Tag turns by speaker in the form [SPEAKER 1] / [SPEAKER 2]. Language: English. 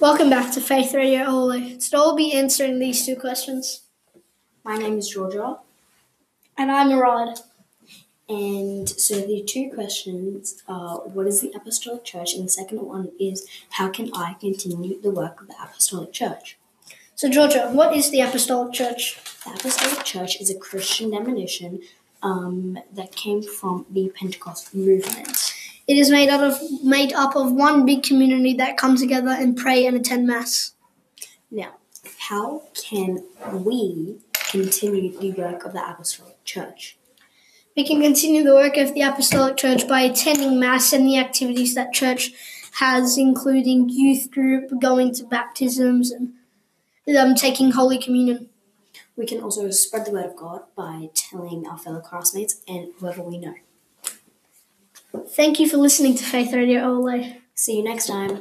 [SPEAKER 1] Welcome back to Faith Radio Holy. Today we'll be answering these two questions.
[SPEAKER 2] My name is Georgia,
[SPEAKER 1] And I'm Rod.
[SPEAKER 2] and so the two questions are what is the Apostolic Church, and the second one is how can I continue the work of the Apostolic Church?
[SPEAKER 1] So, Georgia, what is the Apostolic Church?
[SPEAKER 2] The Apostolic Church is a Christian denomination um, that came from the Pentecostal movement.
[SPEAKER 1] It is made out of made up of one big community that comes together and pray and attend mass.
[SPEAKER 2] Now, how can we continue the work of the Apostolic Church?
[SPEAKER 1] We can continue the work of the Apostolic Church by attending mass and the activities that church has, including youth group, going to baptisms, and um, taking Holy Communion.
[SPEAKER 2] We can also spread the word of God by telling our fellow classmates and whoever we know.
[SPEAKER 1] Thank you for listening to Faith Radio Ole.
[SPEAKER 2] See you next time.